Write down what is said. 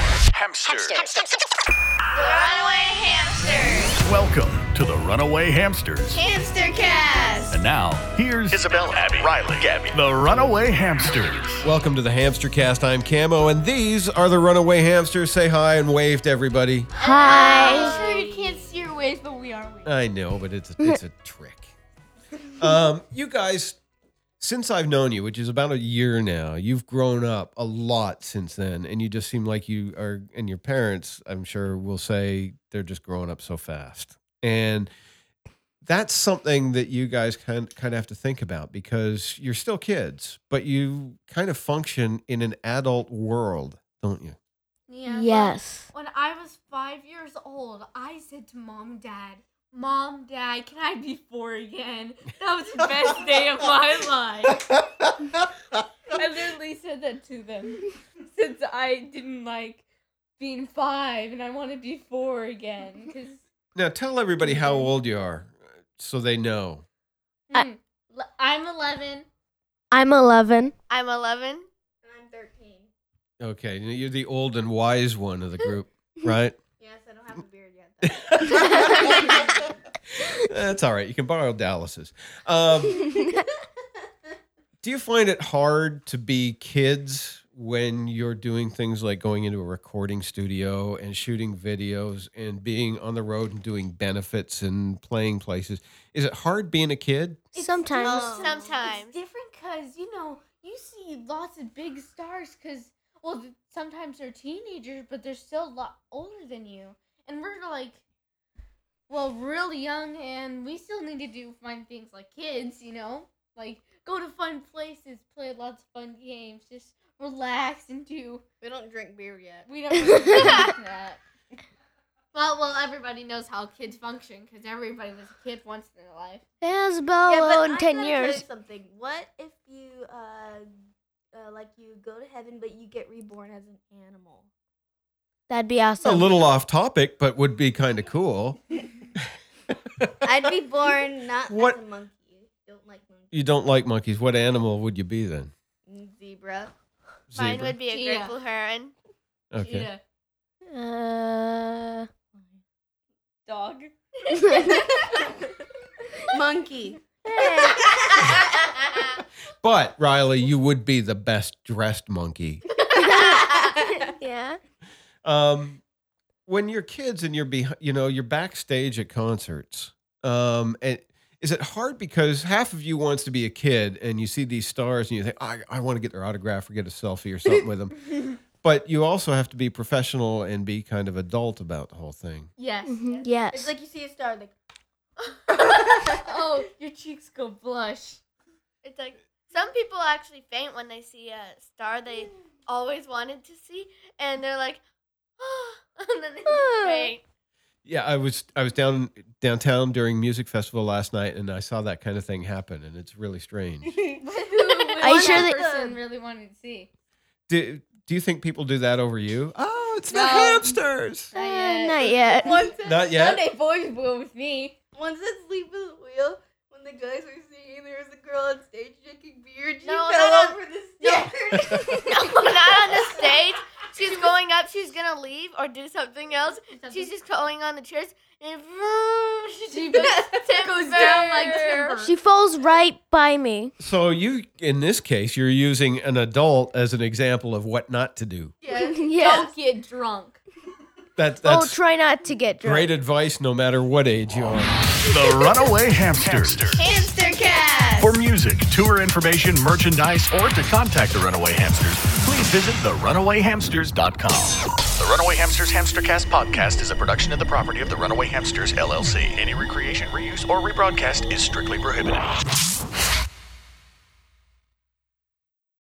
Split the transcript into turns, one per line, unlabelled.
hamsters.
Runaway Hamsters.
Welcome to the Runaway Hamsters.
Hamster Cast.
And now, here's
Isabel, Abby, Riley, Gabby.
the Runaway Hamsters.
Welcome to the Hamster Cast. I'm Camo, and these are the Runaway Hamsters. Say hi and wave to everybody.
I'm sure you can't see your ways, but we are ways.
I know, but it's a, it's a trick. Um, you guys, since I've known you, which is about a year now, you've grown up a lot since then, and you just seem like you are. And your parents, I'm sure, will say they're just growing up so fast, and that's something that you guys kind kind of have to think about because you're still kids, but you kind of function in an adult world, don't you?
Yeah.
Yes.
When I was five years old, I said to mom and dad, Mom, dad, can I be four again? That was the best day of my life. I literally said that to them since I didn't like being five and I want to be four again. Because
Now tell everybody how old you are uh, so they know.
I-
hmm, I'm 11.
I'm 11.
I'm 11.
And I'm 13.
Okay, you- you're the old and wise one of the group, right?
Yes, I don't have a beard yet.
That's all right. You can borrow Dallas's. Um, do you find it hard to be kids when you're doing things like going into a recording studio and shooting videos and being on the road and doing benefits and playing places? Is it hard being a kid?
Sometimes.
Oh. Sometimes.
It's different because, you know, you see lots of big stars because, well, th- sometimes they're teenagers, but they're still a lot older than you. And we're like, well, really young, and we still need to do fun things like kids, you know? Like, go to fun places, play lots of fun games, just relax and do.
We don't drink beer yet.
We don't really do that. Well, well, everybody knows how kids function because everybody was a kid once in their life.
There's about in 10 years.
Something. What if you, uh, uh, like, you go to heaven, but you get reborn as an animal?
That'd be
It's a
awesome.
little off topic, but would be kind of cool.
I'd be born not
What-
as a monkey. Don't like monkeys.
You don't like monkeys. What animal would you be then?
Zebra.
Zebra.
Mine would be a
Cheetah.
grateful heron.
okay.
Cheetah.
Uh,
Dog.
Monkey.
But Riley, you would be the best dressed monkey.
yeah.
Um, when you're kids and you're be, you know, you're backstage at concerts. Um, and is it hard because half of you wants to be a kid and you see these stars and you think, I, I want to get their autograph or get a selfie or something with them. But you also have to be professional and be kind of adult about the whole thing.
Yes.
Mm-hmm.
Mhm.
It's
Yes.
like you see a star, like,
oh, your cheeks go blush.
It's like some people actually faint when they see a star they always wanted to see, and they're like, and then they just faint.
Yeah, I was I was down downtown during music festival last night and I saw that kind of thing happen and it's really strange.
Are
Are
you sure
that
that-
person really wanted to see?
Do do you think people do that over you? Oh, it's
No.
hamsters.
Not
Uh,
yet.
not yet.
Once
Not yet.
Sunday boys will with me.
once at Sleep of the Wheel, when the guys were singing, there was a girl on stage drinking beer. and She
No,
fell
not on-
over the stairs.
no, not on the stage. She's going up. She's gonna leave or do something else. She's just going on the chairs and
She
she
goes- goes down like timber.
She falls right by me.
So you in this case you're using an adult as an example of what not to do.
yeah.
Don't get drunk.
That
Oh,
that's
try not to get drunk.
great advice no matter what age you are.
The Runaway Hamsters.
Hamster cast.
For music, tour information, merchandise, or to contact the Runaway Hamsters, please visit therunawayhamsters.com. The Runaway Hamsters Hamstercast podcast is a production and the property of the Runaway Hamsters LLC. Any recreation, reuse, or rebroadcast is strictly prohibited.